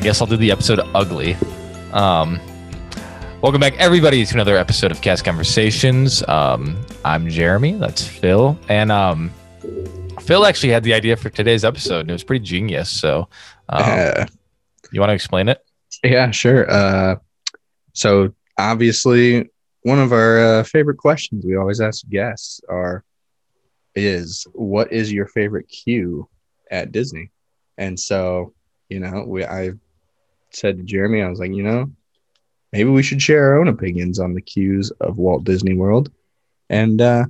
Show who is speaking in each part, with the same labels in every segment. Speaker 1: guess I'll do the episode ugly. Um, welcome back, everybody, to another episode of Cast Conversations. Um, I'm Jeremy. That's Phil, and um, Phil actually had the idea for today's episode, and it was pretty genius. So, um,
Speaker 2: Uh,
Speaker 1: you want to explain it?
Speaker 2: yeah, sure. Uh, so obviously, one of our uh, favorite questions we always ask guests are is what is your favorite cue at Disney? And so, you know, we I said to Jeremy, I was like, you know, maybe we should share our own opinions on the cues of Walt Disney World, and uh,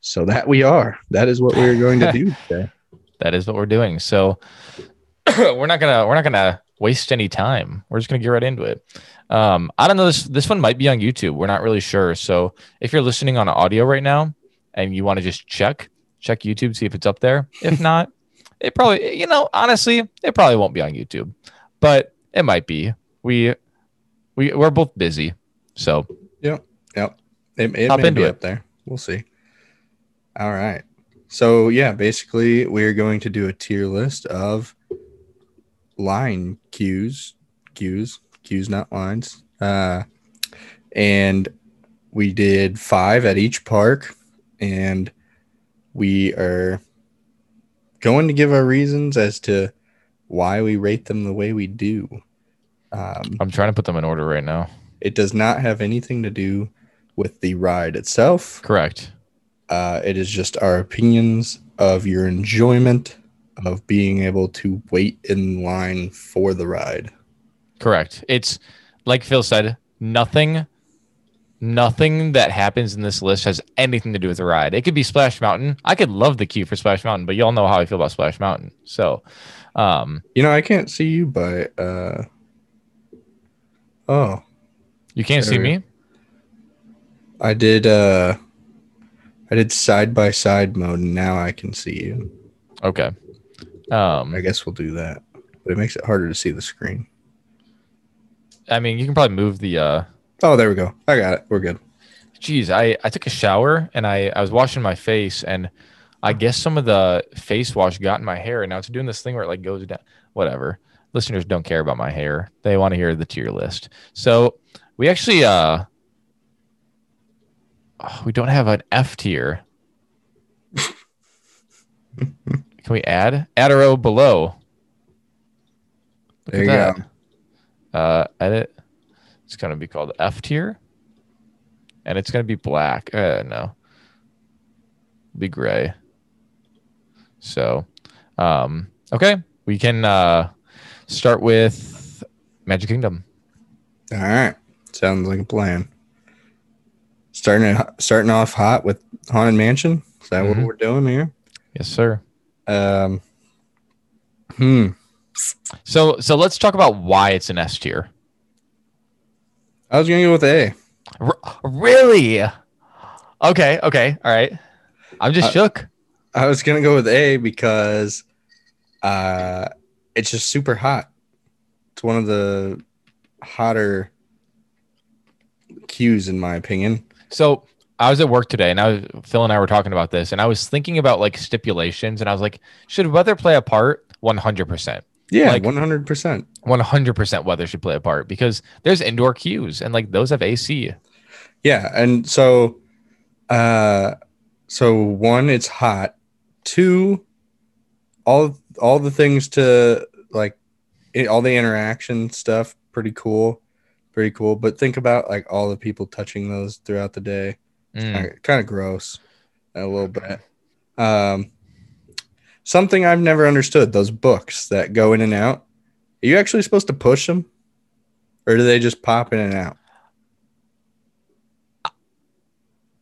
Speaker 2: so that we are. That is what we're going to do today.
Speaker 1: That is what we're doing. So, we're not gonna we're not gonna waste any time. We're just gonna get right into it. Um, I don't know this this one might be on YouTube. We're not really sure. So, if you're listening on audio right now and you want to just check check YouTube see if it's up there. If not, it probably you know honestly it probably won't be on YouTube, but it might be. We we we're both busy, so
Speaker 2: It, it
Speaker 1: Hop
Speaker 2: may
Speaker 1: into
Speaker 2: be
Speaker 1: it.
Speaker 2: up there. We'll see. All right. So yeah, basically we're going to do a tier list of line cues, cues, cues, not lines. Uh, and we did five at each park, and we are going to give our reasons as to why we rate them the way we do. Um,
Speaker 1: I'm trying to put them in order right now.
Speaker 2: it does not have anything to do with the ride itself.
Speaker 1: Correct.
Speaker 2: Uh, it is just our opinions of your enjoyment of being able to wait in line for the ride.
Speaker 1: Correct. It's like Phil said, nothing nothing that happens in this list has anything to do with the ride. It could be Splash Mountain. I could love the queue for Splash Mountain, but y'all know how I feel about Splash Mountain. So um
Speaker 2: You know, I can't see you, but uh, oh,
Speaker 1: you can't see
Speaker 2: Sure.
Speaker 1: me.
Speaker 2: I did. Uh, I did side by side mode, and now I can see you.
Speaker 1: Okay. Um
Speaker 2: I guess we'll do that, but it makes it harder to see the screen.
Speaker 1: I mean you can probably move the uh
Speaker 2: Oh, there we go. I got it. We're good.
Speaker 1: Jeez, I, I took a shower and I, I was washing my face and I guess some of the face wash got in my hair and now it's doing this thing where it like goes down. Whatever. Listeners don't care about my hair. They want to hear the tier list. So we actually uh oh, we don't have an F tier. Can we add? Add a row below.
Speaker 2: There you
Speaker 1: at
Speaker 2: go.
Speaker 1: that. Uh, edit. It's gonna be called F tier, and it's gonna be black. Uh, no, be gray. So, um, okay, we can uh, start with Magic Kingdom.
Speaker 2: All right. Sounds like a plan. Starting it- starting off hot with Haunted Mansion. Is that
Speaker 1: Mhm.
Speaker 2: what we're doing here?
Speaker 1: Yes, sir.
Speaker 2: Um, hmm.
Speaker 1: So, so let's talk about why it's an S tier.
Speaker 2: I was gonna go with A.
Speaker 1: R- really? Okay. Okay. All right. I'm just
Speaker 2: Uh,
Speaker 1: shook.
Speaker 2: I was gonna go with A because uh, it's just super hot. It's one of the hotter cues, in my opinion.
Speaker 1: So I was at work today, and I was Phil and I were talking about this, and I was thinking about like stipulations, and I was like, should weather play a part? One hundred percent,
Speaker 2: Yeah,
Speaker 1: Like-
Speaker 2: one hundred percent.
Speaker 1: one hundred percent, weather should play a part because there's indoor cues, and like those have AC.
Speaker 2: Yeah, and so uh so one it's hot. Two all all the things to like it, all the interaction stuff pretty cool. Pretty cool, but think about like all the people touching those throughout the day.
Speaker 1: Mm,
Speaker 2: Kind of gross a little bit. Um something I've never understood, those books that go in and out. Are you actually supposed to push them? Or do they just pop in and out?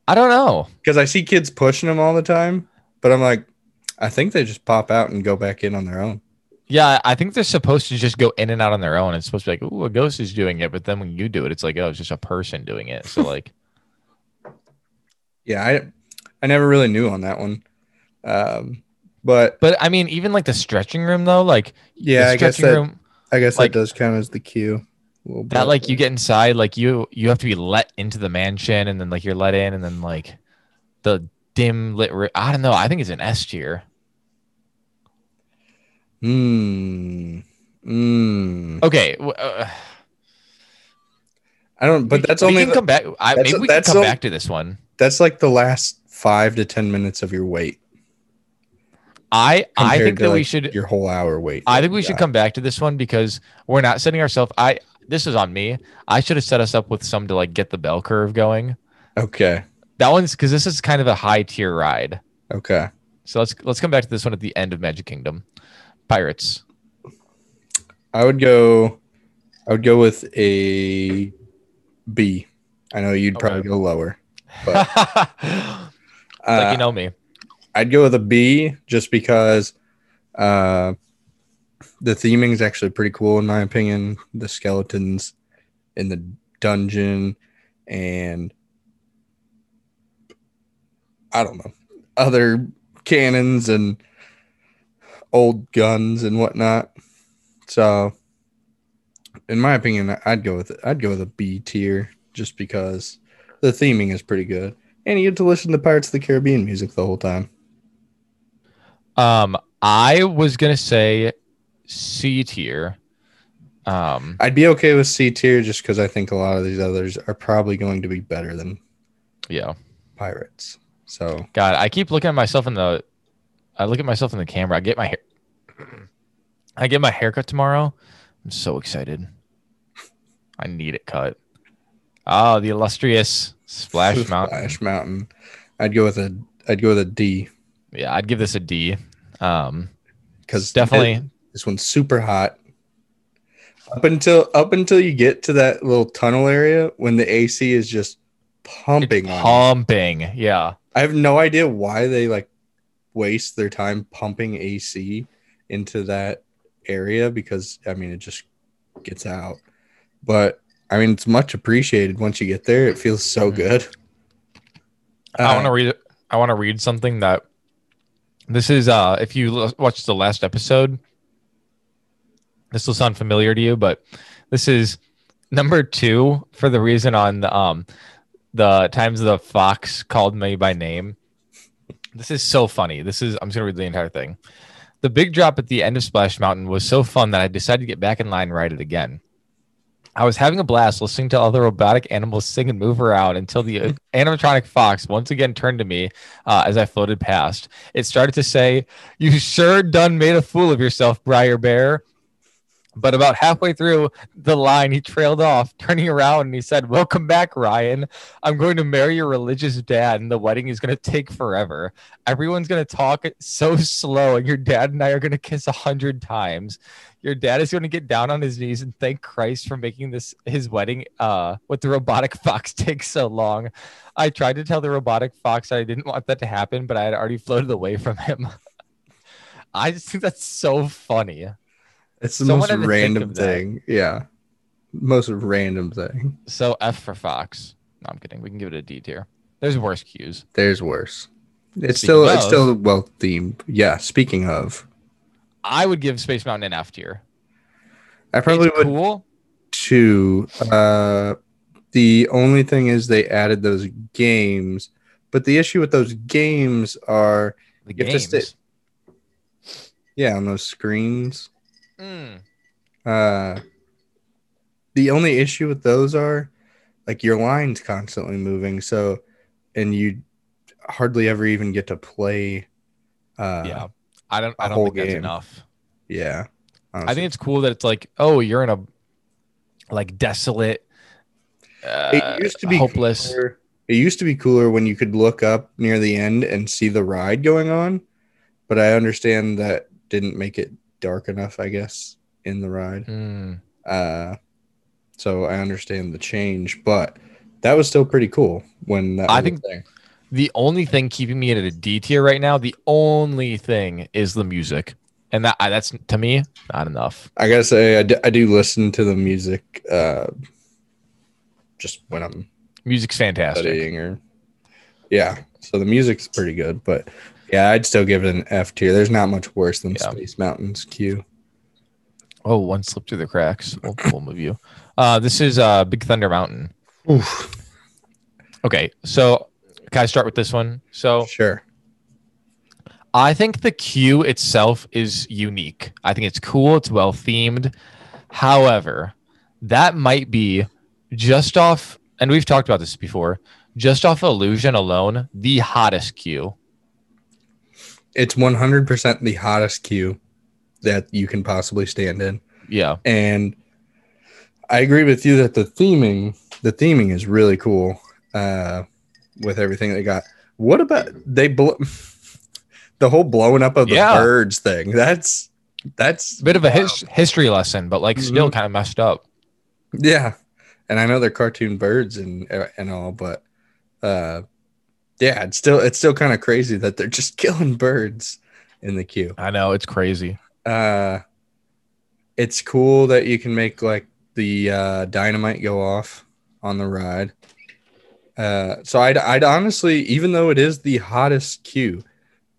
Speaker 1: I don't know.
Speaker 2: because I see kids pushing them all the time, but I'm like, I think they just pop out and go back in on their own.
Speaker 1: Yeah, I think they're supposed to just go in and out on their own. It's supposed to be like, ooh, a ghost is doing it, but then when you do it, it's like, oh, it's just a person doing it. So like,
Speaker 2: Yeah, I, I never really knew on that one, um, but
Speaker 1: but I mean, even like the stretching room though, like
Speaker 2: yeah,
Speaker 1: the
Speaker 2: I guess
Speaker 1: stretching
Speaker 2: that
Speaker 1: room.
Speaker 2: I guess
Speaker 1: like-
Speaker 2: that does count as the cue. a little
Speaker 1: that
Speaker 2: bit.
Speaker 1: like you get inside like you you have to be let into the mansion and then like you're let in and then like the dim lit ri- i don't know i think it's an s tier
Speaker 2: Hmm. Mm,
Speaker 1: Okay, w- uh,
Speaker 2: I don't. But
Speaker 1: we-
Speaker 2: that's
Speaker 1: we
Speaker 2: only
Speaker 1: can
Speaker 2: the,
Speaker 1: come back. I,
Speaker 2: that's-
Speaker 1: maybe we can
Speaker 2: that's
Speaker 1: come
Speaker 2: all-
Speaker 1: back to this one.
Speaker 2: that's like the last five to ten minutes of your wait.
Speaker 1: I I
Speaker 2: compared
Speaker 1: think
Speaker 2: to,
Speaker 1: that we
Speaker 2: like,
Speaker 1: should
Speaker 2: your whole hour wait.
Speaker 1: I
Speaker 2: that
Speaker 1: think
Speaker 2: you
Speaker 1: we should
Speaker 2: got.
Speaker 1: come back to this one because we're not setting ourselves. I this is on me. I should have set us up with some to like get the bell curve going.
Speaker 2: Okay.
Speaker 1: That one's because this is kind of a high tier ride.
Speaker 2: Okay.
Speaker 1: So let's let's come back to this one at the end of Magic Kingdom, Pirates.
Speaker 2: I would go. I would go with a B. I know you'd
Speaker 1: Okay.
Speaker 2: probably go lower. But,
Speaker 1: like
Speaker 2: Uh,
Speaker 1: you know me.
Speaker 2: I'd go with a B just because uh, the theming is actually pretty cool in my opinion. The skeletons in the dungeon and I don't know other cannons and old guns and whatnot. So, in my opinion, I'd go with I'd go with a B tier just because the theming is pretty good and you get to listen to Pirates of the Caribbean music the whole time.
Speaker 1: Um, I was gonna say C tier. Um,
Speaker 2: I'd be okay with C tier just because I think a lot of these others are probably going to be better than
Speaker 1: yeah.
Speaker 2: Pirates. So
Speaker 1: God, I keep looking at myself in the. I look at myself in the camera. I get my hair. I get my haircut tomorrow. I'm so excited. I need it cut. Ah, the illustrious Splash Mountain.
Speaker 2: Splash Mountain. I'd go with a I'd go with a D
Speaker 1: Yeah, I'd give this a D. Um,
Speaker 2: because
Speaker 1: definitely.
Speaker 2: this one's super hot. Up until up until you get to that little tunnel area when the AC is just pumping
Speaker 1: It's
Speaker 2: on. you.
Speaker 1: pumping. Yeah.
Speaker 2: I have no idea why they like waste their time pumping AC into that area because I mean it just gets out. But I mean it's much appreciated once you get there. It feels so
Speaker 1: Mhm.
Speaker 2: good. Uh,
Speaker 1: I want to read. I want to read something that. This is uh, if you l- watched the last episode, this will sound familiar to you, but this is number two for the reason on the um, the times the fox called me by name. This is so funny. This is I'm just gonna read the entire thing. The big drop at the end of Splash Mountain was so fun that I decided to get back in line and ride it again. I was having a blast listening to all the robotic animals sing and move around until the animatronic fox once again turned to me uh, as I floated past. It started to say, You sure done made a fool of yourself, Briar Bear. But about halfway through the line, he trailed off, turning around and he said, Welcome back, Ryan. I'm going to marry your religious dad, and the wedding is going to take forever. Everyone's going to talk so slow, and your dad and I are going to kiss a hundred times. Your dad is going to get down on his knees and thank Christ for making this his wedding uh, with the robotic fox take so long. I tried to tell the robotic fox I didn't want that to happen, but I had already floated away from him. I just think that's so funny.
Speaker 2: it's the
Speaker 1: someone
Speaker 2: most
Speaker 1: had to think
Speaker 2: random
Speaker 1: of that.
Speaker 2: thing. Yeah. Most random thing.
Speaker 1: So F for Fox. No, I'm kidding. We can give it a D tier. There's worse cues.
Speaker 2: There's worse.
Speaker 1: Speaking
Speaker 2: It's still it's
Speaker 1: of-
Speaker 2: still well themed. Yeah, speaking of.
Speaker 1: I would give Space Mountain an F tier.
Speaker 2: I probably
Speaker 1: It's
Speaker 2: would
Speaker 1: cool.
Speaker 2: two. Uh, the only thing is they added those games, but the issue with those games are
Speaker 1: The
Speaker 2: You have to
Speaker 1: games.
Speaker 2: stay- yeah on those screens.
Speaker 1: Mm.
Speaker 2: Uh, the only issue with those are like your lines constantly moving, so and you hardly ever even get to play. Uh,
Speaker 1: yeah. I don't.
Speaker 2: a
Speaker 1: I don't
Speaker 2: whole
Speaker 1: think that's
Speaker 2: game.
Speaker 1: enough.
Speaker 2: yeah.
Speaker 1: I think it's cool that it's like, oh, you're in a like desolate, uh,
Speaker 2: it used to be
Speaker 1: hopeless.
Speaker 2: cooler- It used to be cooler when you could look up near the end and see the ride going on, but I understand that didn't make it dark enough, I guess, in the ride.
Speaker 1: Mm.
Speaker 2: Uh, so I understand the change, but that was still pretty cool when that
Speaker 1: I
Speaker 2: was a
Speaker 1: think-
Speaker 2: thing.
Speaker 1: The only thing keeping me at a D tier right now, the only thing is the music, and that I, that's to me not enough.
Speaker 2: I gotta say I d- I do listen to the music uh, just when I'm
Speaker 1: Music's fantastic.
Speaker 2: studying or yeah so the music's pretty good but yeah i'd still give it an f tier there's not much worse than
Speaker 1: Yeah.
Speaker 2: space mountains q
Speaker 1: Oh, one slipped through the cracks. We'll, we'll move you. Uh, this is uh, Big Thunder Mountain. Oh. Okay, so can I start with this one? So
Speaker 2: sure
Speaker 1: I think the queue itself is unique. I think it's cool. It's well themed. However, that might be just off, and we've talked about this before, just off illusion alone, the hottest queue.
Speaker 2: It's 100% the hottest queue that you can possibly stand in.
Speaker 1: Yeah.
Speaker 2: And I agree with you that the theming, the theming is really cool uh, with everything they got. What about they blow the whole blowing up of the
Speaker 1: Yeah.
Speaker 2: birds thing? That's that's
Speaker 1: It's a bit of a his- history lesson, but like still kind of messed up.
Speaker 2: Yeah, and I know they're cartoon birds and and all, but uh, yeah, it's still it's still kind of crazy that they're just killing birds in the queue.
Speaker 1: I know. It's crazy.
Speaker 2: Uh, it's cool that you can make like the uh, dynamite go off on the ride. Uh, so I'd I'd honestly, even though it is the hottest queue,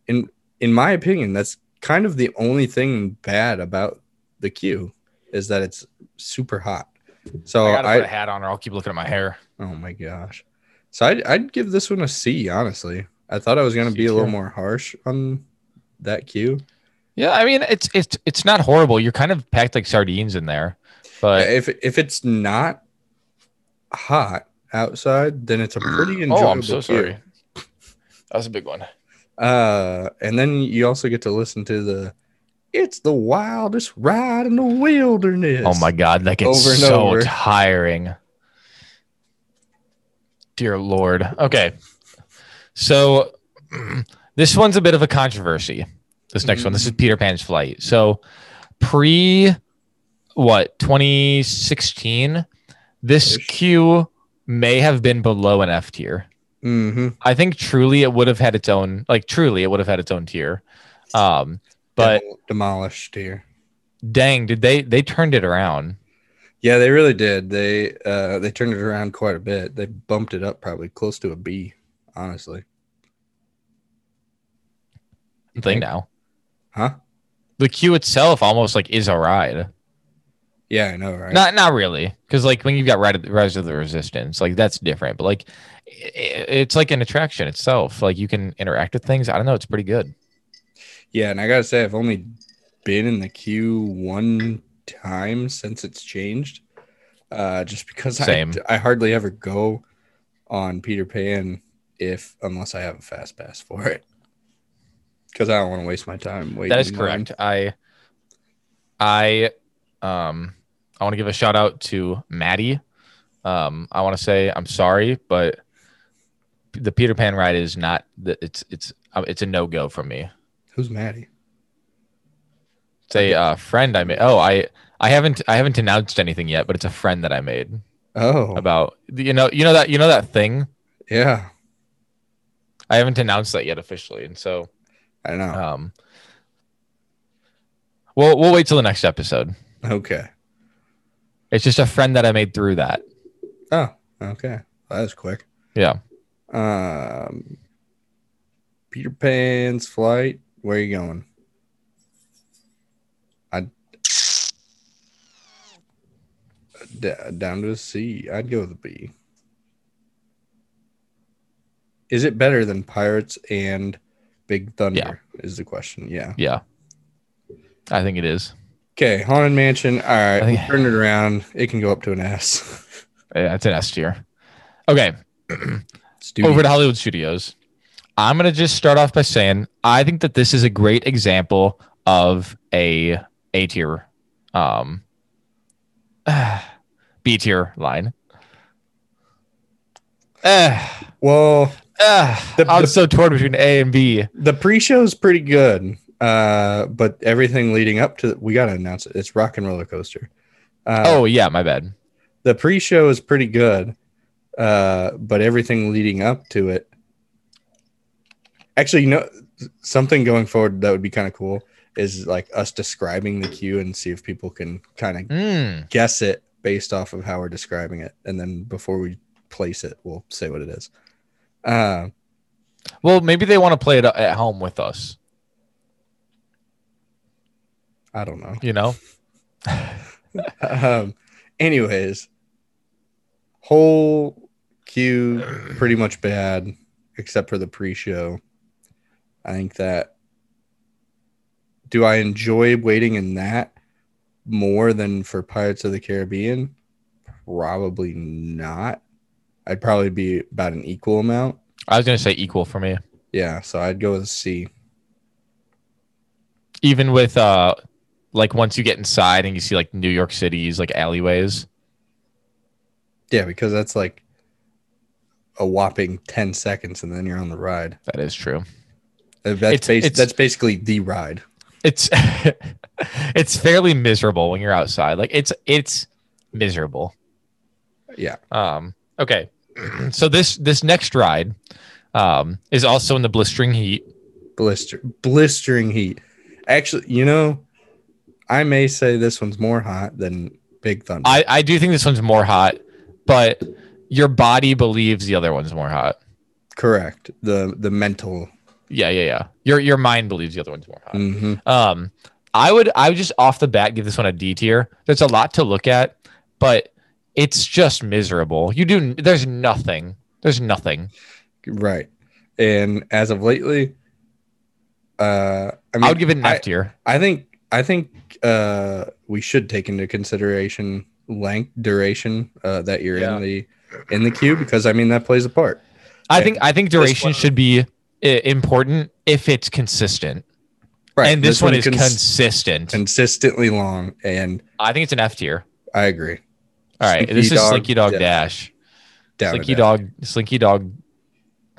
Speaker 2: in in my opinion, that's kind of the only thing bad about the queue is that it's super hot.
Speaker 1: Oh,
Speaker 2: So
Speaker 1: I gotta
Speaker 2: I,
Speaker 1: put a hat on or I'll keep looking at my hair.
Speaker 2: Oh my gosh. So I'd, I'd give this one a C, honestly. I thought I was going to
Speaker 1: C
Speaker 2: be a little
Speaker 1: tier.
Speaker 2: more harsh on that cue.
Speaker 1: Yeah, I mean it's it's it's not horrible. You're kind of packed like sardines in there. But
Speaker 2: If, if it's not hot outside, then it's a pretty enjoyable
Speaker 1: oh, I'm so
Speaker 2: cue.
Speaker 1: sorry. That was a big one.
Speaker 2: Uh, and then you also get to listen to the It's the Wildest Ride in the Wilderness.
Speaker 1: Oh my god, that gets
Speaker 2: Over and
Speaker 1: so
Speaker 2: over.
Speaker 1: tiring. Dear Lord. Okay. So this one's a bit of a controversy. This next one. This
Speaker 2: Mm-hmm.
Speaker 1: is Peter Pan's flight. So pre what 2016, this
Speaker 2: Ish.
Speaker 1: queue may have been below an F tier.
Speaker 2: Mm-hmm.
Speaker 1: I think truly it would have had its own like truly it would have had its own tier. Um, but
Speaker 2: demolished here.
Speaker 1: dang, did they they turned it around?
Speaker 2: Yeah, they really did. They uh they turned it around quite a bit. They bumped it up probably close to a B, honestly. You
Speaker 1: Thing
Speaker 2: think?
Speaker 1: now.
Speaker 2: Huh?
Speaker 1: The queue itself almost like is a ride.
Speaker 2: Yeah, I know, right?
Speaker 1: Not not really, because like when you've got Ride of the, Rise of the Resistance, like that's different. But like i- i- it's like an attraction itself. Like you can interact with things. I don't know. It's pretty good.
Speaker 2: yeah, and I gotta say, I've only been in the queue one time since it's changed. Uh, just because I,
Speaker 1: Same.
Speaker 2: I hardly ever go on Peter Pan if unless I have a fast pass for it. Because I don't want to waste my time waiting.
Speaker 1: that is
Speaker 2: in
Speaker 1: correct. I I um I want to give a shout out to Maddie. Um, I want to say I'm sorry, but the Peter Pan ride is not. The, it's it's uh, it's a no go for me.
Speaker 2: line. Who's Maddie?
Speaker 1: It's a uh, friend I made. Oh, I I haven't I haven't announced anything yet, but it's a friend that I made
Speaker 2: Oh,
Speaker 1: about you know you know that you know that thing.
Speaker 2: yeah,
Speaker 1: I haven't announced that yet officially, and so
Speaker 2: I know.
Speaker 1: um, we'll we'll wait till the next episode.
Speaker 2: Okay.
Speaker 1: It's just a friend that I made through that.
Speaker 2: Oh, okay. That was quick.
Speaker 1: Yeah.
Speaker 2: Um, Peter Pan's flight. Where are you going? I D- down to a C. I'd go with a B. Is it better than Pirates and Big Thunder? Is the question. Yeah.
Speaker 1: Yeah. I think it is.
Speaker 2: Okay. Haunted Mansion. All right.
Speaker 1: I think-
Speaker 2: we turn it around. It can go up to an S.
Speaker 1: Yeah, it's an S tier. Okay.
Speaker 2: Studio.
Speaker 1: Over to Hollywood Studios. I'm going to just start off by saying I think that this is a great example of a A tier, um, B tier line. Ah,
Speaker 2: well,
Speaker 1: ah,
Speaker 2: The-
Speaker 1: I
Speaker 2: the-
Speaker 1: was so torn between A and B.
Speaker 2: The pre-show is pretty good, uh, but everything leading up to we gotta announce it. It's Rock and Roller Coaster. Uh,
Speaker 1: Oh, yeah, my bad.
Speaker 2: the pre-show is pretty good, uh, but everything leading up to it. Actually, you know, something going forward that would be kind of cool is like us describing the queue and see if people can kind of
Speaker 1: Mm,
Speaker 2: guess it based off of how we're describing it, and then before we place it, we'll say what it is. Uh,
Speaker 1: Well, maybe they want to play it a- at home with us,
Speaker 2: I don't know.
Speaker 1: you know?
Speaker 2: um, anyways, whole queue pretty much bad, except for the pre-show. I think that do I enjoy waiting in that more than for Pirates of the Caribbean? Probably not. I'd probably be about an equal amount.
Speaker 1: I was gonna say equal for me,
Speaker 2: Yeah, so I'd go with C.
Speaker 1: even with uh, like once you get inside and you see like New York City's like alleyways.
Speaker 2: Yeah, because that's like a whopping 10 seconds and then you're on the ride.
Speaker 1: That is true.
Speaker 2: Uh, That's
Speaker 1: It's-
Speaker 2: bas-
Speaker 1: it's-
Speaker 2: that's basically the ride.
Speaker 1: It's it's fairly miserable when you're outside. Like it's it's miserable.
Speaker 2: Yeah.
Speaker 1: Um, okay. so this this next ride um, is also in the blistering heat.
Speaker 2: Blister blistering heat. Actually, you know, I may say this one's more hot than Big Thunder.
Speaker 1: I, I do think this one's more hot, but your body believes the other one's more hot.
Speaker 2: Correct. The the mental.
Speaker 1: Yeah, yeah, yeah. Your your mind believes the other one's more hot.
Speaker 2: Mhm.
Speaker 1: Um, I would I would just off the bat give this one a D tier. There's a lot to look at, but it's just miserable. You do there's nothing. There's nothing.
Speaker 2: Right. And as of lately, uh I mean
Speaker 1: I would give it an
Speaker 2: I-
Speaker 1: F tier.
Speaker 2: I think I think uh, we should take into consideration length, duration uh, that you're
Speaker 1: Yeah.
Speaker 2: in the in the queue because I mean that plays a part.
Speaker 1: I
Speaker 2: and
Speaker 1: think I think
Speaker 2: this
Speaker 1: duration
Speaker 2: one-
Speaker 1: should be i- important if it's consistent. And this, one, is
Speaker 2: cons-
Speaker 1: consistent.
Speaker 2: consistently long, and
Speaker 1: I think it's an F tier.
Speaker 2: I agree.
Speaker 1: All right.
Speaker 2: Slinky
Speaker 1: this is
Speaker 2: Dog
Speaker 1: Slinky Dog
Speaker 2: Dash.
Speaker 1: Dash.
Speaker 2: Down
Speaker 1: Slinky
Speaker 2: to that.
Speaker 1: Dog, Slinky Dog,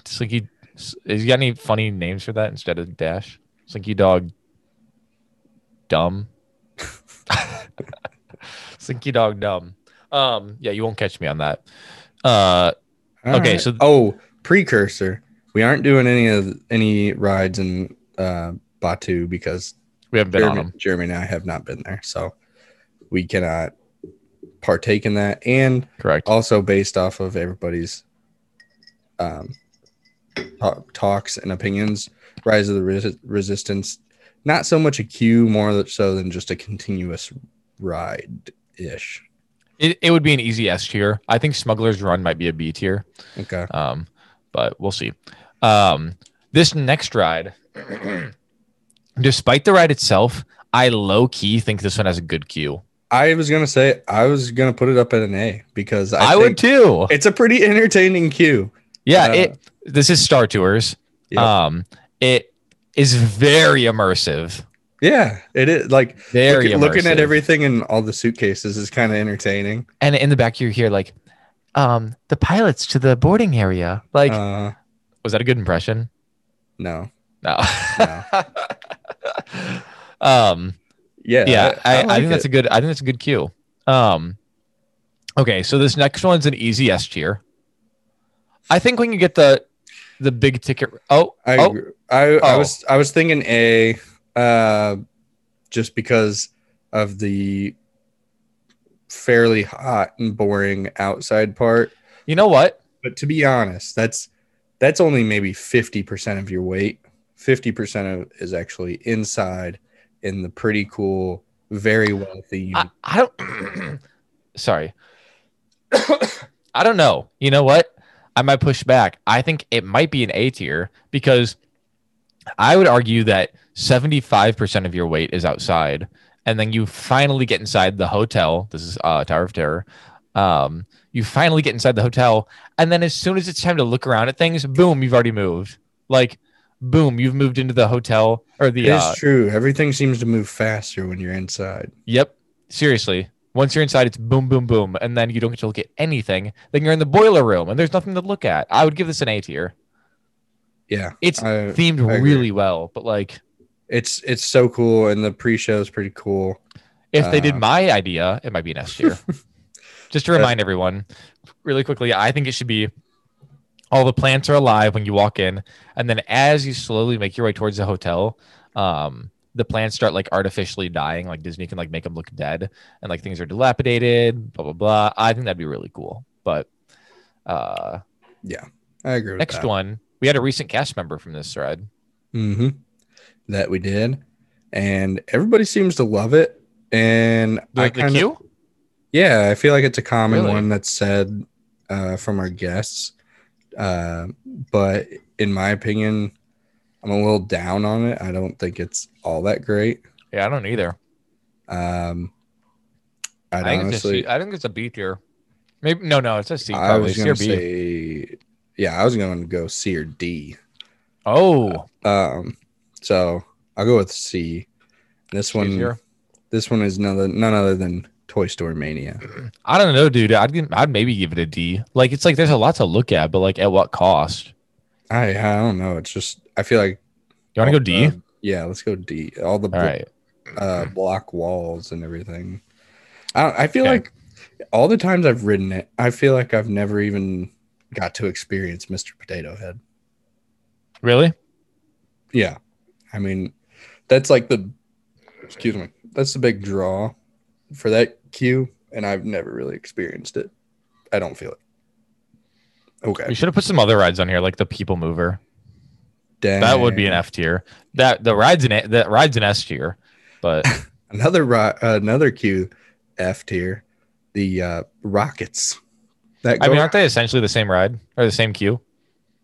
Speaker 1: Slinky. s- Has you got any funny names for that instead of Dash? Slinky Dog, Dumb. Slinky Dog, Dumb. Um, yeah, you won't catch me on that. Uh,
Speaker 2: All
Speaker 1: okay, so-
Speaker 2: oh, precursor. We aren't doing any of any rides in uh, Batu because
Speaker 1: we haven't been on
Speaker 2: Jeremy,
Speaker 1: them.
Speaker 2: Jeremy and I have not been there, so we cannot partake in that. And
Speaker 1: Correct.
Speaker 2: also based off of everybody's um, ta- talks and opinions. Rise of the Resi- Resistance, not so much a queue, more so than just a continuous ride ish.
Speaker 1: It, it would be an easy S tier. I think Smuggler's Run might be a B tier.
Speaker 2: Okay.
Speaker 1: Um, but we'll see. Um, this next ride, despite the ride itself, I low key think this one has a good queue.
Speaker 2: I was gonna say I was gonna put it up at an A because I,
Speaker 1: I,
Speaker 2: think
Speaker 1: would too.
Speaker 2: It's a pretty entertaining queue.
Speaker 1: yeah,
Speaker 2: uh,
Speaker 1: it. This is Star Tours.
Speaker 2: Yep.
Speaker 1: Um, it is very immersive.
Speaker 2: Yeah, it is like
Speaker 1: Very
Speaker 2: look- looking at
Speaker 1: immersive.
Speaker 2: everything and all the suitcases is kind of entertaining.
Speaker 1: And in the back, you hear like, um, the pilots to the boarding area. Like,
Speaker 2: uh,
Speaker 1: was that a good impression?
Speaker 2: no,
Speaker 1: No.
Speaker 2: No.
Speaker 1: um.
Speaker 2: yeah,
Speaker 1: yeah, I, I,
Speaker 2: like
Speaker 1: think that's
Speaker 2: it.
Speaker 1: a good. I think that's a good cue. Um, okay, so this next one's an easy S tier. I think when you get the the big ticket. Oh,
Speaker 2: I
Speaker 1: oh,
Speaker 2: agree. I, I
Speaker 1: Oh.
Speaker 2: was I was thinking a uh, just because of the fairly hot and boring outside part.
Speaker 1: you know what?
Speaker 2: But to be honest, that's that's only maybe fifty percent of your weight. Fifty percent of is actually inside in the pretty cool, very wealthy.
Speaker 1: I, I don't. sorry. I don't know. You know what? I might push back. I think it might be an A tier because I would argue that 75% of your weight is outside. And then you finally get inside the hotel. This is uh, Tower of Terror. Um, you finally get inside the hotel. And then as soon as it's time to look around at things, boom, you've already moved. Like, boom, you've moved into the hotel or the. uh,
Speaker 2: It's true. Everything seems to move faster when you're inside.
Speaker 1: Yep. Seriously. Once you're inside, it's boom, boom, boom, and then you don't get to look at anything. Then you're in the boiler room, and there's nothing to look at. I would give this an A tier.
Speaker 2: Yeah,
Speaker 1: It's
Speaker 2: I-
Speaker 1: themed
Speaker 2: agree.
Speaker 1: really well, but like
Speaker 2: it's it's so cool, and the pre-show is pretty cool.
Speaker 1: if they did
Speaker 2: Uh.
Speaker 1: my idea, it might be an S tier. Just to remind everyone, really quickly, I think it should be all the plants are alive when you walk in, and then as you slowly make your way towards the hotel, um, the plants start like artificially dying. Like Disney can like make them look dead, and like things are dilapidated. Blah blah blah. I think that'd be really cool. But uh,
Speaker 2: I agree. With
Speaker 1: next
Speaker 2: that.
Speaker 1: one, we had a recent cast member from this ride.
Speaker 2: hmm That we did, and everybody seems to love it. And I
Speaker 1: The, the
Speaker 2: kinda-
Speaker 1: queue?
Speaker 2: yeah, I feel like it's a common
Speaker 1: Really?
Speaker 2: one that's said uh, from our guests. Uh, but in my opinion, I'm a little down on it. I don't think it's all that great.
Speaker 1: Yeah, I don't either.
Speaker 2: Um,
Speaker 1: I
Speaker 2: I'd
Speaker 1: think,
Speaker 2: honestly,
Speaker 1: it's a C, I think it's a B tier. Maybe no, no, it's a C.
Speaker 2: I
Speaker 1: Probably.
Speaker 2: was
Speaker 1: C
Speaker 2: gonna
Speaker 1: or B.
Speaker 2: say, yeah, I was gonna go C or D.
Speaker 1: oh,
Speaker 2: Um, so I'll go with C. This
Speaker 1: C
Speaker 2: one,
Speaker 1: tier.
Speaker 2: this one is none, none other than Toy Story Mania.
Speaker 1: I don't know, dude. I'd give- I'd maybe give it a D. Like it's like there's a lot to look at, but like at what cost?
Speaker 2: I I don't know. It's just I feel like
Speaker 1: You want to
Speaker 2: all
Speaker 1: go D?
Speaker 2: the- yeah, let's go D. All the bl-
Speaker 1: All right.
Speaker 2: uh, block walls and everything. I don't- I feel
Speaker 1: Mm-hmm. Okay.
Speaker 2: like all the times I've ridden it, I feel like I've never even got to experience Mr. Potato Head.
Speaker 1: Really?
Speaker 2: Yeah. I mean, that's like the, excuse me, that's the big draw for that queue. And I've never really experienced it. I don't feel it.
Speaker 1: We
Speaker 2: Okay.
Speaker 1: should have put some other rides on here, like the People Mover. That would be an
Speaker 2: Dang.
Speaker 1: F tier. That the rides in that rides an S tier, but
Speaker 2: Another, ri- another queue F tier, the uh, Rockets. That
Speaker 1: I
Speaker 2: go-
Speaker 1: mean, aren't they essentially the same ride or the same queue?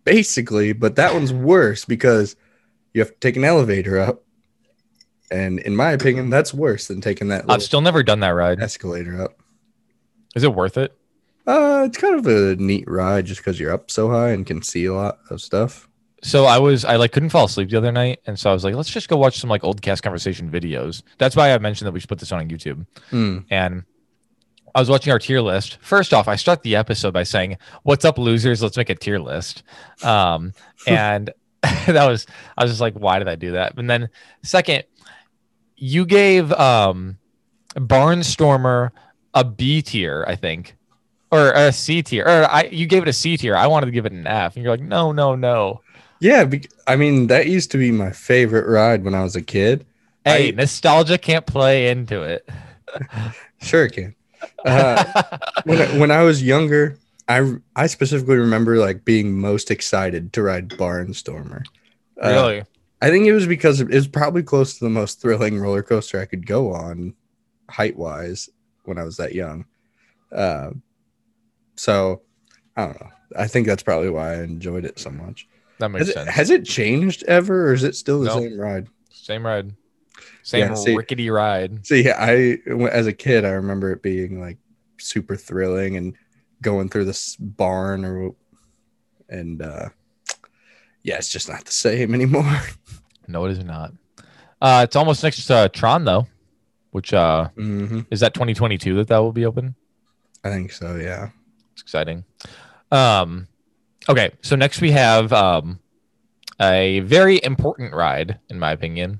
Speaker 2: basically, but that one's worse because you have to take an elevator up. And in my opinion, that's worse than taking that
Speaker 1: I've
Speaker 2: little
Speaker 1: still never done that ride.
Speaker 2: escalator up.
Speaker 1: Is it worth it?
Speaker 2: Uh, it's kind of a neat ride just because you're up so high and can see a lot of stuff.
Speaker 1: So I was I like couldn't fall asleep the other night, and so I was like, let's just go watch some like old cast conversation videos. That's why I mentioned that we should put this on YouTube.
Speaker 2: Hmm.
Speaker 1: and I was watching our tier list. First off, I start the episode by saying, "What's up, losers? Let's make a tier list." Um, and that was I was just like, "Why did I do that?" And then second, you gave um, Barnstormer a B tier, I think, or a C tier, or I you gave it a C tier. I wanted to give it an F, and you're like, "No, no, no."
Speaker 2: Yeah, bec I mean that used to be my favorite ride when I was a kid.
Speaker 1: Hey,
Speaker 2: I-
Speaker 1: nostalgia can't play into it.
Speaker 2: Sure, it can. Uh, when I, when I was younger, I I specifically remember like being most excited to ride Barnstormer. Uh,
Speaker 1: really?
Speaker 2: I think it was because it was probably close to the most thrilling roller coaster I could go on, height wise, when I was that young. Uh, so I don't know. I think that's probably why I enjoyed it so much.
Speaker 1: That makes
Speaker 2: Has it,
Speaker 1: sense.
Speaker 2: has it changed ever, or is it still the
Speaker 1: No.
Speaker 2: same ride?
Speaker 1: Same ride. Same
Speaker 2: Yeah, see-
Speaker 1: rickety ride.
Speaker 2: See, I as a kid, I remember it being like super thrilling and going through this barn or and uh, yeah, it's just not the same anymore.
Speaker 1: No, it is not. Uh, it's almost next to uh, Tron though, which uh,
Speaker 2: hmm
Speaker 1: is that 2022 that that will be open.
Speaker 2: I think so. Yeah.
Speaker 1: It's exciting. Um, okay, so next we have um, a very important ride, in my opinion.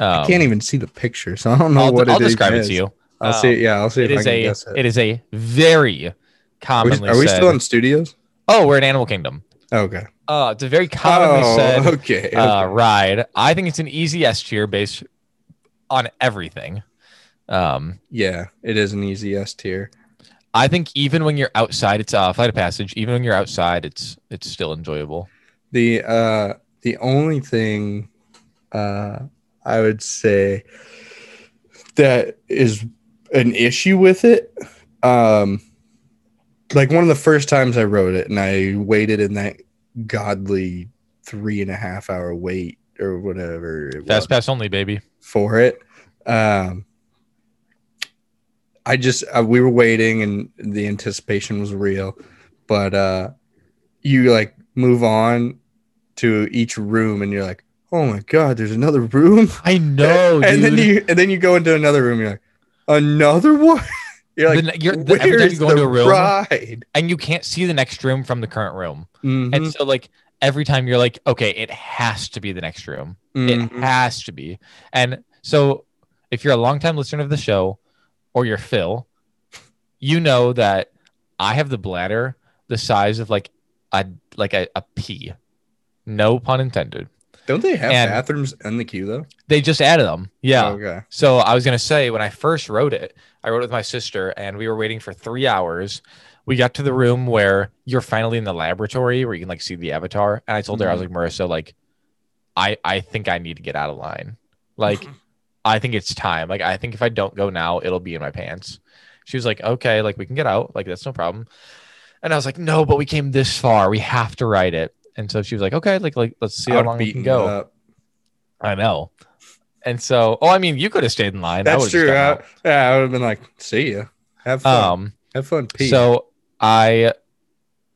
Speaker 1: Um,
Speaker 2: I can't even see the picture, so I don't know
Speaker 1: I'll,
Speaker 2: what
Speaker 1: I'll
Speaker 2: it
Speaker 1: describe it
Speaker 2: is.
Speaker 1: to you.
Speaker 2: I'll
Speaker 1: Um,
Speaker 2: see. Yeah, I'll see
Speaker 1: It
Speaker 2: if I
Speaker 1: is
Speaker 2: can
Speaker 1: a
Speaker 2: guess it.
Speaker 1: it is a very
Speaker 2: Are we-
Speaker 1: commonly
Speaker 2: are we
Speaker 1: said.
Speaker 2: still in studios?
Speaker 1: oh, we're in Animal Kingdom.
Speaker 2: Okay.
Speaker 1: Uh, it's a very commonly
Speaker 2: oh,
Speaker 1: said
Speaker 2: okay.
Speaker 1: uh,
Speaker 2: okay.
Speaker 1: ride. I think it's an easy S tier based on everything. Um,
Speaker 2: yeah, it is an easy S tier.
Speaker 1: I think even when you're outside, it's uh, flight of passage. Even when you're outside, it's it's still enjoyable.
Speaker 2: The uh, the only thing uh, I would say that is an issue with it, um, like one of the first times I rode it, and I waited in that godly three and a half hour wait or whatever. It was.
Speaker 1: Fast pass only, baby.
Speaker 2: for it. Um, I just uh, we were waiting, and the anticipation was real. But uh, you like move on to each room, and you're like, "Oh my god, there's another room!"
Speaker 1: I know,
Speaker 2: and
Speaker 1: Oh, dude.
Speaker 2: then you and then you go into another room. You're like, "Another one." You're like,
Speaker 1: The ne- you're- the- every time
Speaker 2: "Where's
Speaker 1: you go into
Speaker 2: the
Speaker 1: a room-
Speaker 2: ride?"
Speaker 1: and you can't see the next room from the current room,
Speaker 2: Mhm,
Speaker 1: and so like every time you're like, okay, it has to be the next room.
Speaker 2: mhm.
Speaker 1: It has to be. And so, if you're a longtime listener of the show or you're Phil, you know that I have the bladder the size of like a like a, a pea. No pun intended.
Speaker 2: Don't they have
Speaker 1: and-
Speaker 2: bathrooms in the queue though?
Speaker 1: They just added them. Yeah.
Speaker 2: Okay.
Speaker 1: So I was gonna say when I first wrote it, I wrote it with my sister, and we were waiting for three hours. We got to the room where you're finally in the laboratory where you can like see the avatar, and I told her I was
Speaker 2: Mm-hmm.
Speaker 1: like Marissa, like, I I think I need to get out of line. Like, I think it's time. Like, I think if I don't go now, it'll be in my pants. She was like, okay, like we can get out, like that's no problem. And I was like, no, but we came this far, we have to write it. And so she was like, okay, like, like let's see
Speaker 2: I
Speaker 1: how
Speaker 2: would've
Speaker 1: long we
Speaker 2: beaten
Speaker 1: can go.
Speaker 2: it up.
Speaker 1: I know. And so, oh, I mean, you could have stayed in line. I
Speaker 2: That's
Speaker 1: would've just
Speaker 2: true.
Speaker 1: gotten
Speaker 2: I, yeah, I would have been like, see ya. Have
Speaker 1: out.
Speaker 2: fun.
Speaker 1: Um,
Speaker 2: have fun. Peace.
Speaker 1: so I,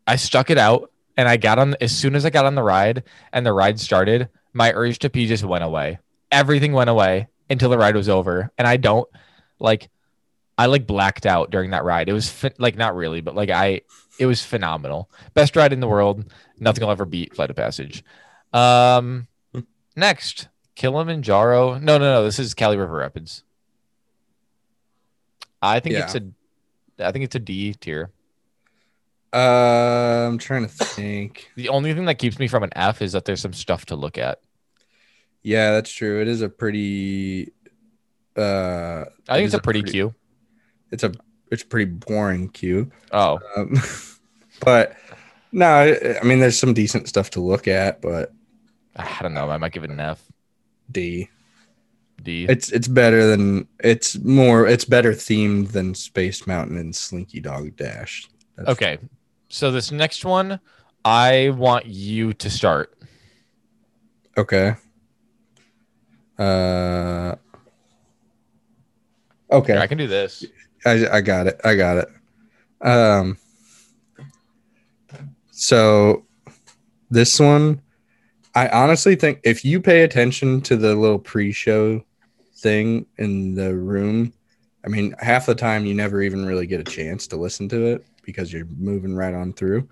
Speaker 1: I stuck it out, and I got on as soon as I got on the ride, and the ride started. My urge to pee just went away. Everything went away until the ride was over, and I don't like. I like blacked out during that ride. It was ph- like not really, but like I, it was phenomenal. Best ride in the world. Nothing will ever beat Flight of Passage. Um, next, Kilimanjaro. No, no, no. This is Cali River Rapids. I think
Speaker 2: Yeah.
Speaker 1: it's a, I think it's a D tier.
Speaker 2: uh, I'm trying to think.
Speaker 1: The only thing that keeps me from an F is that there's some stuff to look at.
Speaker 2: Yeah, that's true. It is a pretty. Uh,
Speaker 1: I
Speaker 2: it
Speaker 1: think
Speaker 2: is
Speaker 1: it's a pretty, cue.
Speaker 2: It's a it's a pretty boring queue.
Speaker 1: Oh,
Speaker 2: Um, but no, I I mean, there's some decent stuff to look at, but
Speaker 1: I don't know. I might give it an F,
Speaker 2: D.
Speaker 1: D.
Speaker 2: It's it's better than it's more it's better themed than Space Mountain and Slinky Dog Dash. That's-
Speaker 1: Okay, so this next one, I want you to start.
Speaker 2: Okay. Uh. Okay.
Speaker 1: Here, I can do this.
Speaker 2: I, I got it. I got it. Um, so this one, I honestly think if you pay attention to the little pre-show thing in the room, I mean, half the time you never even really get a chance to listen to it because you're moving right on through.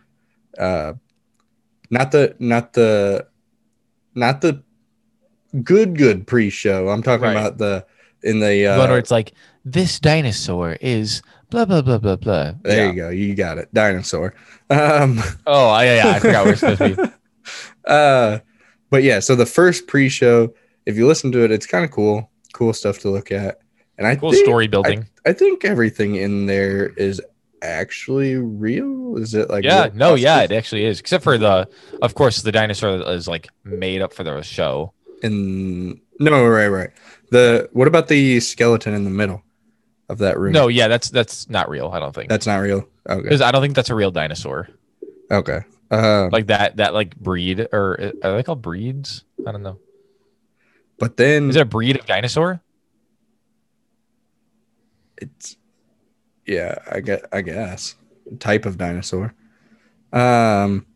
Speaker 2: Uh, not the, not the, not the good, good pre-show. I'm talking
Speaker 1: Right.
Speaker 2: about the in the
Speaker 1: The
Speaker 2: uh,
Speaker 1: one where it's like this dinosaur is blah blah blah blah blah.
Speaker 2: There
Speaker 1: Yeah.
Speaker 2: you go. You got it. Dinosaur. Um,
Speaker 1: Oh, yeah, yeah. I forgot we we're supposed to be.
Speaker 2: uh, but yeah, so the first pre-show, if you listen to it, it's kind of cool. Cool stuff to look at. And I
Speaker 1: Cool
Speaker 2: think,
Speaker 1: story building.
Speaker 2: I think everything in there is actually real. Is it like
Speaker 1: yeah,
Speaker 2: real
Speaker 1: no, yeah, it
Speaker 2: monsters
Speaker 1: actually is. Except for the, of course, the dinosaur that is like made up for the show.
Speaker 2: In no, right, right. The what about the skeleton in the middle of that room?
Speaker 1: No, yeah, that's that's not real. I don't think
Speaker 2: that's not real. Okay,
Speaker 1: because I don't think that's a real dinosaur.
Speaker 2: okay. Um,
Speaker 1: like that that like breed or uh, are they called breeds? I don't know.
Speaker 2: but then
Speaker 1: Is it a breed of dinosaur?
Speaker 2: it's yeah i guess i guess type of dinosaur um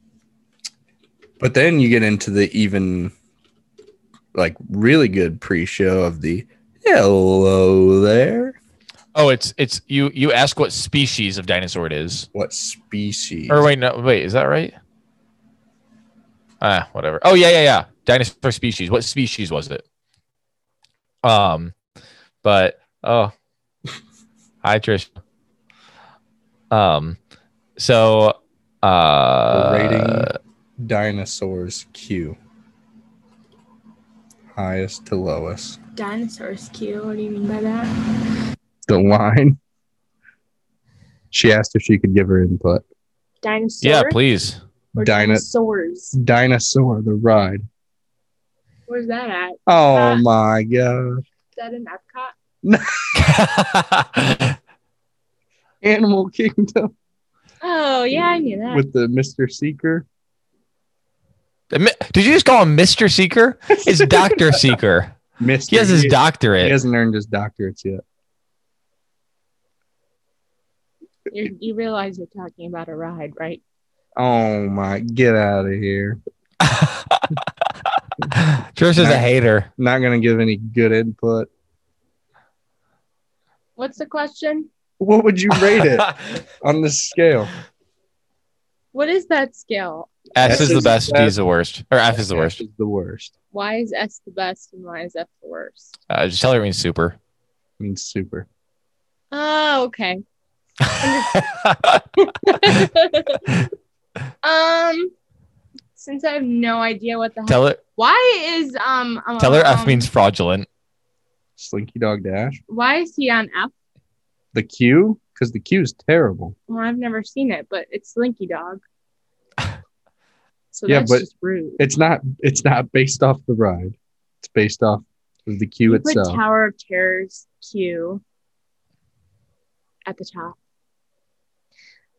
Speaker 2: but then you get into the even like really good pre-show of the hello there
Speaker 1: Oh, it's it's you you ask what species of dinosaur it is.
Speaker 2: what species
Speaker 1: Or wait, no, wait, is that right? Ah, whatever. Oh yeah, yeah, yeah. Dinosaur species. What species was it? Um, but oh, hi Trish. Um, so uh,
Speaker 2: rating dinosaurs q highest to lowest
Speaker 3: Dinosaurs cute. What do you mean by that?
Speaker 2: the line she asked if she could give her input
Speaker 3: Dinosaurs.
Speaker 1: Yeah, please.
Speaker 3: Or
Speaker 2: Dino-
Speaker 3: dinosaurs.
Speaker 2: dinosaur the ride
Speaker 3: Where's that at? Is
Speaker 2: oh
Speaker 3: Ah.
Speaker 2: my god
Speaker 3: that in Epcot?
Speaker 2: animal kingdom
Speaker 3: Oh yeah, I knew that.
Speaker 2: with the Mr. Seeker.
Speaker 1: Did you just call him Mr. Seeker? It's Dr. Seeker.
Speaker 2: Mr.
Speaker 1: He has his doctorate.
Speaker 2: He hasn't earned his doctorates yet.
Speaker 3: you you realize you're talking about a ride, right?
Speaker 2: Oh my, get out of here.
Speaker 1: Trish is a
Speaker 2: Nice.
Speaker 1: hater.
Speaker 2: Not going to give any good input.
Speaker 3: What's the question?
Speaker 2: What would you rate it on this scale?
Speaker 3: What is that skill?
Speaker 1: S is the best,
Speaker 2: F
Speaker 1: D is the worst. Or F is the worst.
Speaker 2: F is the worst.
Speaker 3: Why is S the best and why is F the worst?
Speaker 1: Uh, just tell her it means super.
Speaker 2: I mean, super.
Speaker 3: Oh, okay. um, since I have no idea what the hell.
Speaker 1: tell her
Speaker 3: Why is um? um,
Speaker 1: tell her F
Speaker 3: um,
Speaker 1: means fraudulent.
Speaker 2: Slinky Dog Dash.
Speaker 3: Why is he on F?
Speaker 2: The Q? Because the Q is terrible.
Speaker 3: Well, I've never seen it, but it's Slinky Dog. So
Speaker 2: Yeah,
Speaker 3: that's
Speaker 2: but-
Speaker 3: just rude.
Speaker 2: It's not It's not based off the ride. It's based off of the Q
Speaker 3: You put
Speaker 2: itself.
Speaker 3: Tower of Terror's Q at the top.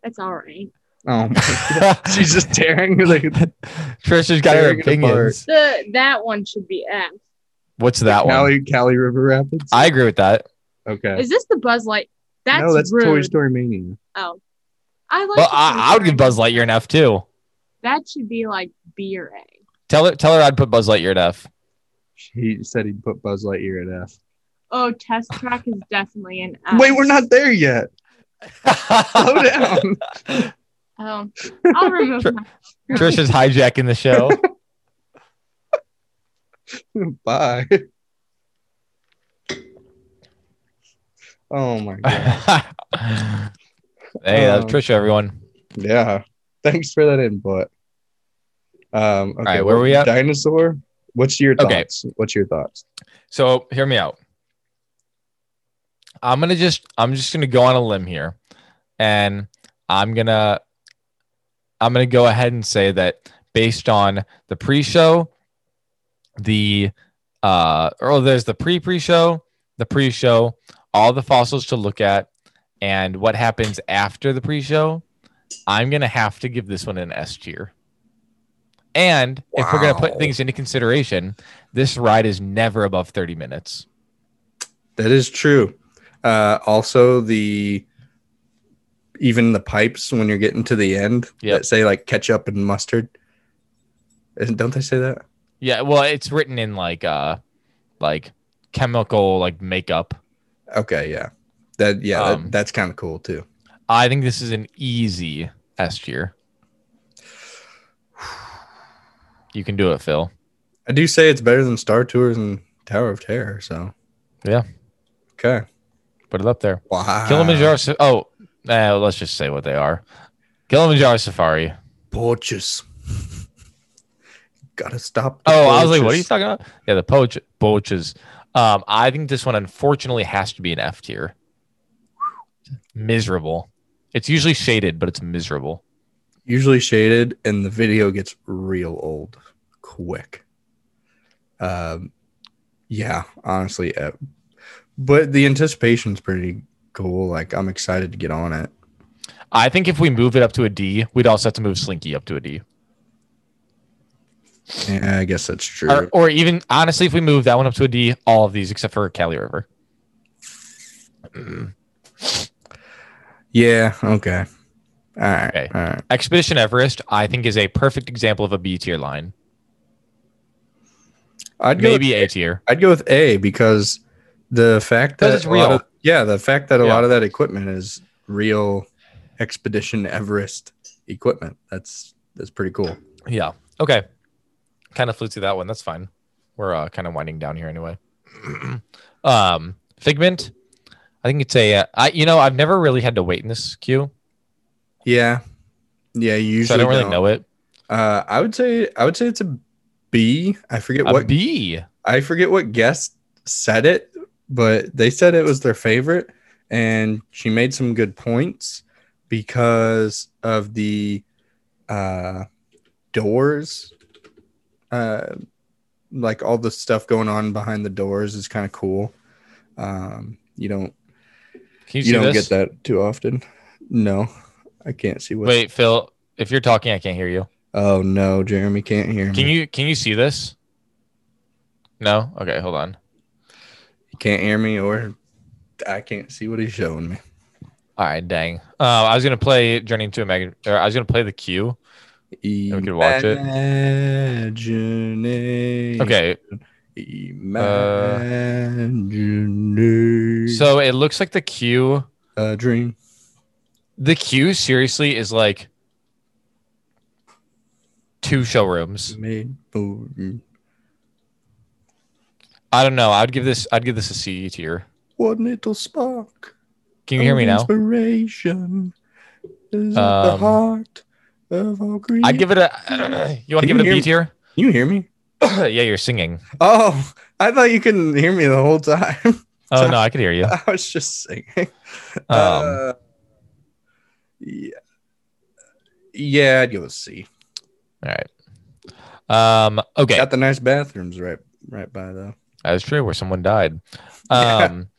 Speaker 3: That's all right.
Speaker 2: Oh, she's just tearing. Like,
Speaker 1: Trisha's got her
Speaker 2: Tearing it apart.
Speaker 1: opinions.
Speaker 3: The that one should be F.
Speaker 1: What's that one?
Speaker 2: Cali, Cali River Rapids.
Speaker 1: I agree with that.
Speaker 2: okay.
Speaker 3: Is this the Buzz Light? That's,
Speaker 2: no, that's
Speaker 3: rude.
Speaker 2: Toy Story Mania.
Speaker 3: Oh, I like.
Speaker 1: Well,
Speaker 3: the Toy
Speaker 1: I, I would
Speaker 3: Story.
Speaker 1: give Buzz Lightyear an F too.
Speaker 3: That should be like B or A.
Speaker 1: Tell her, tell her I'd put Buzz Lightyear at F.
Speaker 2: He said he'd put Buzz Lightyear at F.
Speaker 3: Oh, Test Track is definitely an F.
Speaker 2: Wait, we're not there yet. Slow down.
Speaker 3: Oh, I'll remove
Speaker 1: Tr-
Speaker 3: my.
Speaker 1: Trisha's hijacking the show.
Speaker 2: Bye. Oh my god.
Speaker 1: hey, that was
Speaker 2: Um,
Speaker 1: Trisha, everyone.
Speaker 2: Yeah. Thanks for that input. Um, okay,
Speaker 1: right, where
Speaker 2: what-
Speaker 1: we at?
Speaker 2: Dinosaur. What's your
Speaker 1: Okay.
Speaker 2: thoughts? What's your thoughts?
Speaker 1: So hear me out. I'm gonna just I'm just gonna go on a limb here, and I'm gonna I'm gonna go ahead and say that based on the pre-show, the uh or there's the pre-pre-show, the pre-show, all the fossils to look at, and what happens after the pre-show, I'm gonna have to give this one an S tier. And if we're gonna put
Speaker 2: Wow.
Speaker 1: things into consideration, this ride is never above 30 minutes.
Speaker 2: That is true. Uh, also, the even the pipes when you're getting to the end
Speaker 1: Yep.
Speaker 2: that say like ketchup and mustard. Isn't, don't they say that?
Speaker 1: Yeah, well, it's written in like uh like chemical like makeup.
Speaker 2: Okay, yeah, that yeah, that-
Speaker 1: Um,
Speaker 2: that's kind of cool too.
Speaker 1: I think this is an easy S tier. You can do it, Phil.
Speaker 2: I do say it's better than Star Tours and Tower of Terror. So
Speaker 1: Yeah.
Speaker 2: okay.
Speaker 1: Put it up there.
Speaker 2: Wow,
Speaker 1: Kilimanjaro. Sa- oh, eh, let's just say what they are. Kilimanjaro Safari.
Speaker 2: Porches. Gotta stop. the
Speaker 1: Oh, I was like, what are you
Speaker 2: poachers.
Speaker 1: talking about? Yeah, the poach poaches. Um, I think this one unfortunately has to be an F tier. Miserable. It's usually shaded, but it's miserable.
Speaker 2: usually shaded and the video gets real old quick um yeah honestly uh, but the anticipation's pretty cool like i'm excited to get on it
Speaker 1: I think if we move it up to a D, we'd also have to move Slinky up to a D.
Speaker 2: yeah i guess that's true
Speaker 1: Or, or even honestly, if we move that one up to a D, all of these except for Cali River.
Speaker 2: yeah okay all right
Speaker 1: Okay.
Speaker 2: all right
Speaker 1: Expedition Everest, I think, is a perfect example of a B tier line.
Speaker 2: i'd go
Speaker 1: Maybe A tier.
Speaker 2: i'd go with a because the fact
Speaker 1: Because
Speaker 2: that
Speaker 1: it's
Speaker 2: a lot
Speaker 1: real.
Speaker 2: of- yeah the fact that a
Speaker 1: Yeah.
Speaker 2: lot of that equipment is real expedition everest equipment that's that's pretty cool
Speaker 1: Yeah. Okay. Kind of flew through that one. That's fine. We're uh, kind of winding down here anyway. um, Figment, I think it's a. Uh, I you know I've never really had to wait in this queue,
Speaker 2: Yeah, yeah. You
Speaker 1: so
Speaker 2: usually
Speaker 1: I don't really know it.
Speaker 2: Uh, I would say I would say it's a B. I forget
Speaker 1: A
Speaker 2: what
Speaker 1: B.
Speaker 2: I forget what guest said it, but they said it was their favorite, and she made some good points because of the uh, doors, uh, like all the stuff going on behind the doors is kind of cool. Um, you don't
Speaker 1: Can you,
Speaker 2: you,
Speaker 1: see
Speaker 2: don't
Speaker 1: this?
Speaker 2: get that too often. No, I can't see what.
Speaker 1: Wait, Phil. If you're talking, I can't hear you.
Speaker 2: Oh no, Jeremy can't hear me.
Speaker 1: Can you can you see this? No. Okay, hold on.
Speaker 2: He can't hear me, or I can't see what he's showing me.
Speaker 1: All right, dang. Uh, I was gonna play Journey to Imagine. Or I was gonna play the queue. we could watch it.
Speaker 2: Imagination.
Speaker 1: Okay,
Speaker 2: Imagination.
Speaker 1: so it looks like the queue.
Speaker 2: a dream.
Speaker 1: The queue seriously is like two showrooms.
Speaker 2: Made for you.
Speaker 1: I don't know. I'd give this. I'd give this a C tier.
Speaker 2: one little spark.
Speaker 1: Can you hear me now?
Speaker 2: Inspiration is at the
Speaker 1: Um,
Speaker 2: heart of all creation.
Speaker 1: I give it a. You want to
Speaker 2: Can
Speaker 1: give it a
Speaker 2: you
Speaker 1: B
Speaker 2: hear-
Speaker 1: tier?
Speaker 2: you hear me?
Speaker 1: yeah, you're singing.
Speaker 2: Oh, I thought you couldn't hear me the whole time.
Speaker 1: Oh no, I could hear you.
Speaker 2: I was just singing.
Speaker 1: Um,
Speaker 2: Uh, yeah. Yeah, I'd give it a C.
Speaker 1: all right. Um. Okay.
Speaker 2: Got the nice bathrooms right right by though.
Speaker 1: That's true. Where someone died.
Speaker 2: Yeah.
Speaker 1: Um,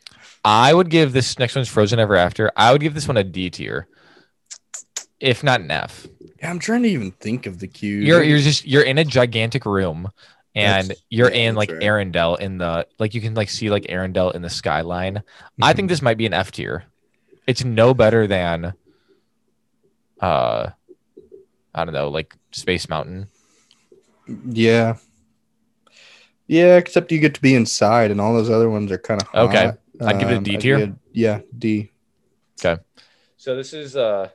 Speaker 1: I would give this next one's Frozen Ever After. I would give this one a D tier. if not an F.
Speaker 2: Yeah, I'm trying to even think of the cue.
Speaker 1: You're you're just you're in a gigantic room and
Speaker 2: That's-
Speaker 1: you're
Speaker 2: yeah,
Speaker 1: in
Speaker 2: that's
Speaker 1: like
Speaker 2: right.
Speaker 1: Arendelle in the like you can like see like Arendelle in the skyline. I
Speaker 2: Mm-hmm.
Speaker 1: think this might be an F tier. It's no better than uh I don't know, like Space Mountain.
Speaker 2: Yeah. Yeah, except you get to be inside, and all those other ones are kind of
Speaker 1: Okay. I'd give it a D tier.
Speaker 2: Yeah, D.
Speaker 1: So this is uh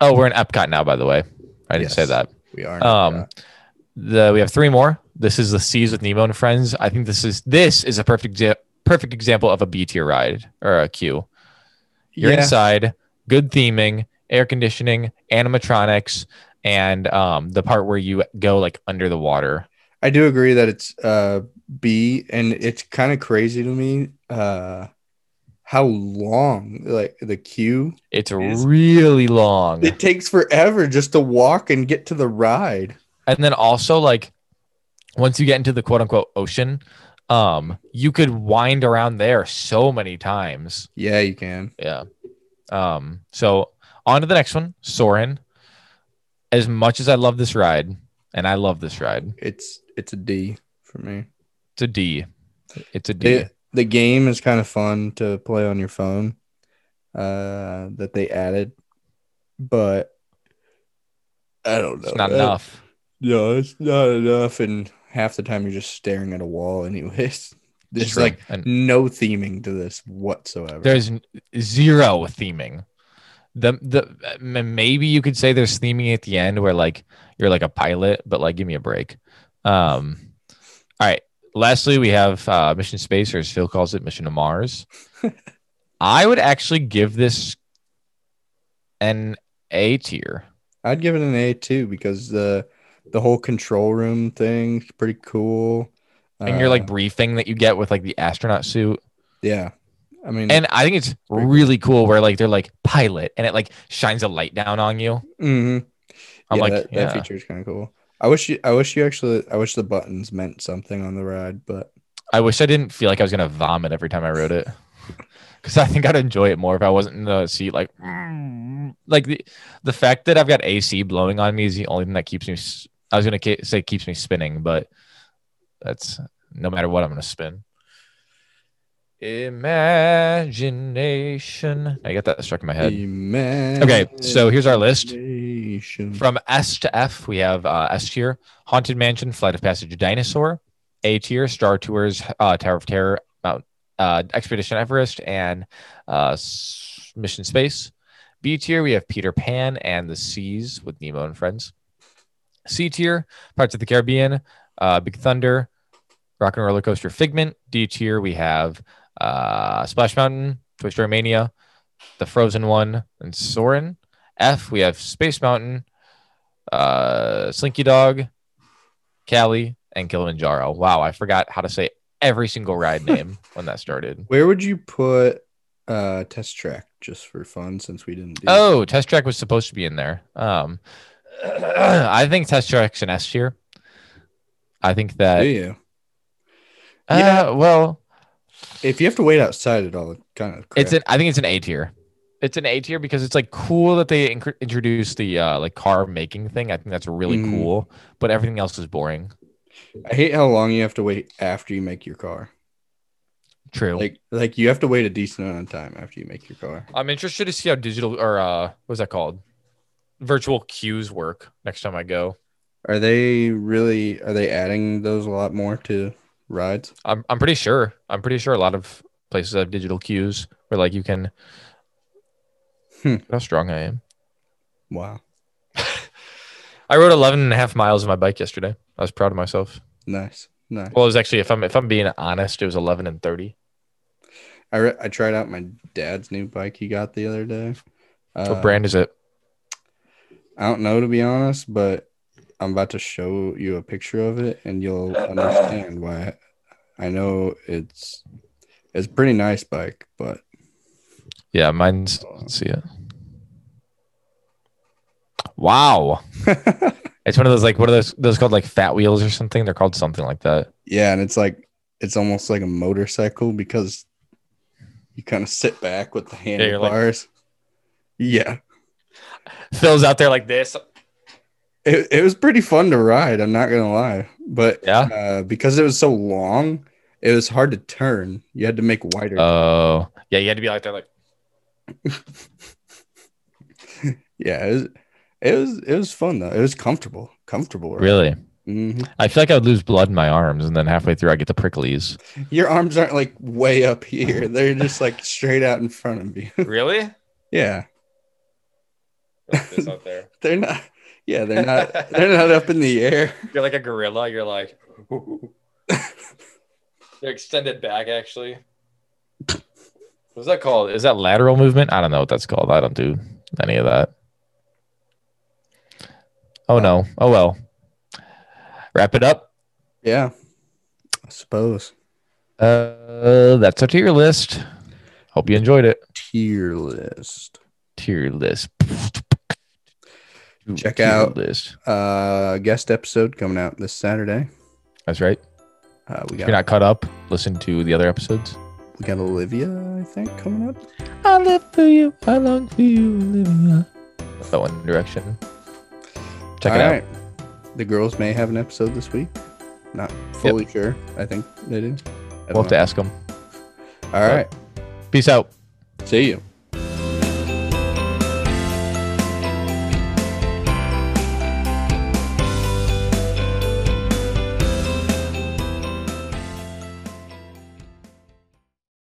Speaker 1: oh, we're in Epcot now, by the way. I didn't say
Speaker 2: Yes.
Speaker 1: that.
Speaker 2: We are.
Speaker 1: Um, the we have three more. This is the Seas with Nemo and Friends. I think this is this is a perfect exa- perfect example of a B tier ride or a queue. You're
Speaker 2: yeah.
Speaker 1: inside, good theming, air conditioning, animatronics, and um, the part where you go like under the water.
Speaker 2: I do agree that it's uh B, and it's kind of crazy to me uh how long like the queue
Speaker 1: It's
Speaker 2: is-
Speaker 1: really long,
Speaker 2: it takes forever just to walk and get to the ride.
Speaker 1: and then also like once you get into the quote unquote ocean, um, you could wind around there so many times.
Speaker 2: Yeah, you can.
Speaker 1: Yeah. Um, so on to the next one, Soren. As much as I love this ride, and I love this ride,
Speaker 2: It's it's a D for me.
Speaker 1: it's a D. It's a D.
Speaker 2: The the game is kind of fun to play on your phone uh that they added, but I don't know.
Speaker 1: it's not
Speaker 2: Uh,
Speaker 1: enough.
Speaker 2: No, it's not enough, and half the time you're just staring at a wall. Anyways, there's
Speaker 1: True.
Speaker 2: like
Speaker 1: And
Speaker 2: no theming to this whatsoever.
Speaker 1: there's n- zero theming. The the m- maybe you could say there's theming at the end where like you're like a pilot, but like give me a break. Um, all right. Lastly, we have uh, Mission Space, or as Phil calls it, Mission to Mars. I would actually give this an A tier.
Speaker 2: I'd give it an A too because the the whole control room thing's pretty cool.
Speaker 1: and your
Speaker 2: Uh,
Speaker 1: like briefing that you get with like the astronaut suit.
Speaker 2: yeah, I mean,
Speaker 1: And I think it's
Speaker 2: Pretty cool.
Speaker 1: really cool where like they're like pilot and it like shines a light down on you.
Speaker 2: mhm.
Speaker 1: I'm
Speaker 2: yeah,
Speaker 1: like,
Speaker 2: that,
Speaker 1: yeah.
Speaker 2: that feature is kind of cool. I wish you, I wish you actually, I wish the buttons meant something on the ride, but
Speaker 1: I wish I didn't feel like I was gonna vomit every time I rode it. Cause I think I'd enjoy it more if I wasn't in the seat like like the the fact that I've got AC blowing on me is the only thing that keeps me s- I was gonna ca- say keeps me spinning, but that's no matter what I'm gonna spin. Imagination. I got that stuck in my head. Okay, so here's our list.
Speaker 2: Imagination.
Speaker 1: From S to F, we have uh, S tier, Haunted Mansion, Flight of Passage, Dinosaur, A tier, Star Tours, uh, Tower of Terror, Mount uh, Expedition Everest, and uh, S- Mission Space. B tier, we have Peter Pan and the Seas with Nemo and Friends. C tier, Parts of the Caribbean, uh, Big Thunder, Rock and Roller Coaster Figment. D tier, we have uh, Splash Mountain, Toy Story Mania, The Frozen One, and Soren. F, we have Space Mountain, uh, Slinky Dog, Cali, and Kilimanjaro. Wow, I forgot how to say every single ride name when that started.
Speaker 2: Where would you put uh test track just for fun since we didn't do
Speaker 1: Oh, Test Track was supposed to be in there. Um, I think Test Track's an S tier. I think
Speaker 2: do
Speaker 1: that.
Speaker 2: you?
Speaker 1: Uh,
Speaker 2: Yeah.
Speaker 1: Well,
Speaker 2: If you have to wait outside at all, it kind of
Speaker 1: it's an. I think it's an A tier. It's an A tier because it's like cool that they inc- introduced the uh, like car making thing. I think that's really
Speaker 2: Mm.
Speaker 1: cool, but everything else is boring.
Speaker 2: I hate how long you have to wait after you make your car.
Speaker 1: True.
Speaker 2: Like like you have to wait a decent amount of time after you make your car.
Speaker 1: I'm interested to see how digital or uh what's that called? Virtual queues work next time I go.
Speaker 2: Are they really are they adding those a lot more to rides?
Speaker 1: I'm I'm pretty sure. I'm pretty sure a lot of places have digital queues where like you can
Speaker 2: Hmm.
Speaker 1: Look how strong I am.
Speaker 2: Wow.
Speaker 1: I rode 11 and a half miles on my bike yesterday. I was proud of myself.
Speaker 2: Nice. Nice.
Speaker 1: Well, it was actually if I'm if I'm being honest, it was 11 and 30.
Speaker 2: I re- I tried out my dad's new bike he got the other day. Uh,
Speaker 1: what brand is it?
Speaker 2: I don't know to be honest, but I'm about to show you a picture of it, and you'll understand why. I know it's it's a pretty nice bike, but
Speaker 1: Yeah, mine's let's see it. Wow. It's one of those like what are those those called like fat wheels or something? They're called something like that.
Speaker 2: yeah, and it's like it's almost like a motorcycle because you kind of sit back with the
Speaker 1: you're like-
Speaker 2: handlebars. Yeah,
Speaker 1: Phil's out there like this.
Speaker 2: It, it was pretty fun to ride. I'm not gonna lie, but
Speaker 1: Yeah.
Speaker 2: uh, because it was so long, it was hard to turn. You had to make wider.
Speaker 1: Oh, yeah. You had to be out there like,
Speaker 2: yeah, it was, it was it was fun though. It was comfortable, comfortable.
Speaker 1: really?
Speaker 2: hmm
Speaker 1: I feel like I would lose blood in my arms, and then halfway through, I get the pricklies.
Speaker 2: Your arms aren't like way up here; they're just like straight out in front of you.
Speaker 1: Really?
Speaker 2: yeah,
Speaker 1: this out there.
Speaker 2: they're not. Yeah, they're not. They're not up in the air.
Speaker 1: You're like a gorilla. You're like, they're extended back, actually. What's that called? Is that lateral movement? I don't know what that's called. I don't do any of that. Oh, no. Oh, well. Wrap it up.
Speaker 2: Yeah, I suppose.
Speaker 1: Uh, that's our tier list. Hope you enjoyed it.
Speaker 2: Tier list.
Speaker 1: Tier list.
Speaker 2: Check
Speaker 1: Tier
Speaker 2: out-
Speaker 1: list.
Speaker 2: Uh, guest episode coming out this Saturday.
Speaker 1: That's right.
Speaker 2: Uh, we
Speaker 1: If you're
Speaker 2: got
Speaker 1: not caught up, listen to the other episodes.
Speaker 2: we got Olivia, I think, coming up.
Speaker 1: I live for you. I long for you, Olivia. That's that one direction. Check it out.
Speaker 2: out. The girls may have an episode this week. Not fully sure. I think they do. I
Speaker 1: We'll
Speaker 2: don't
Speaker 1: have to ask them.
Speaker 2: know. All right.
Speaker 1: Peace out.
Speaker 2: See you.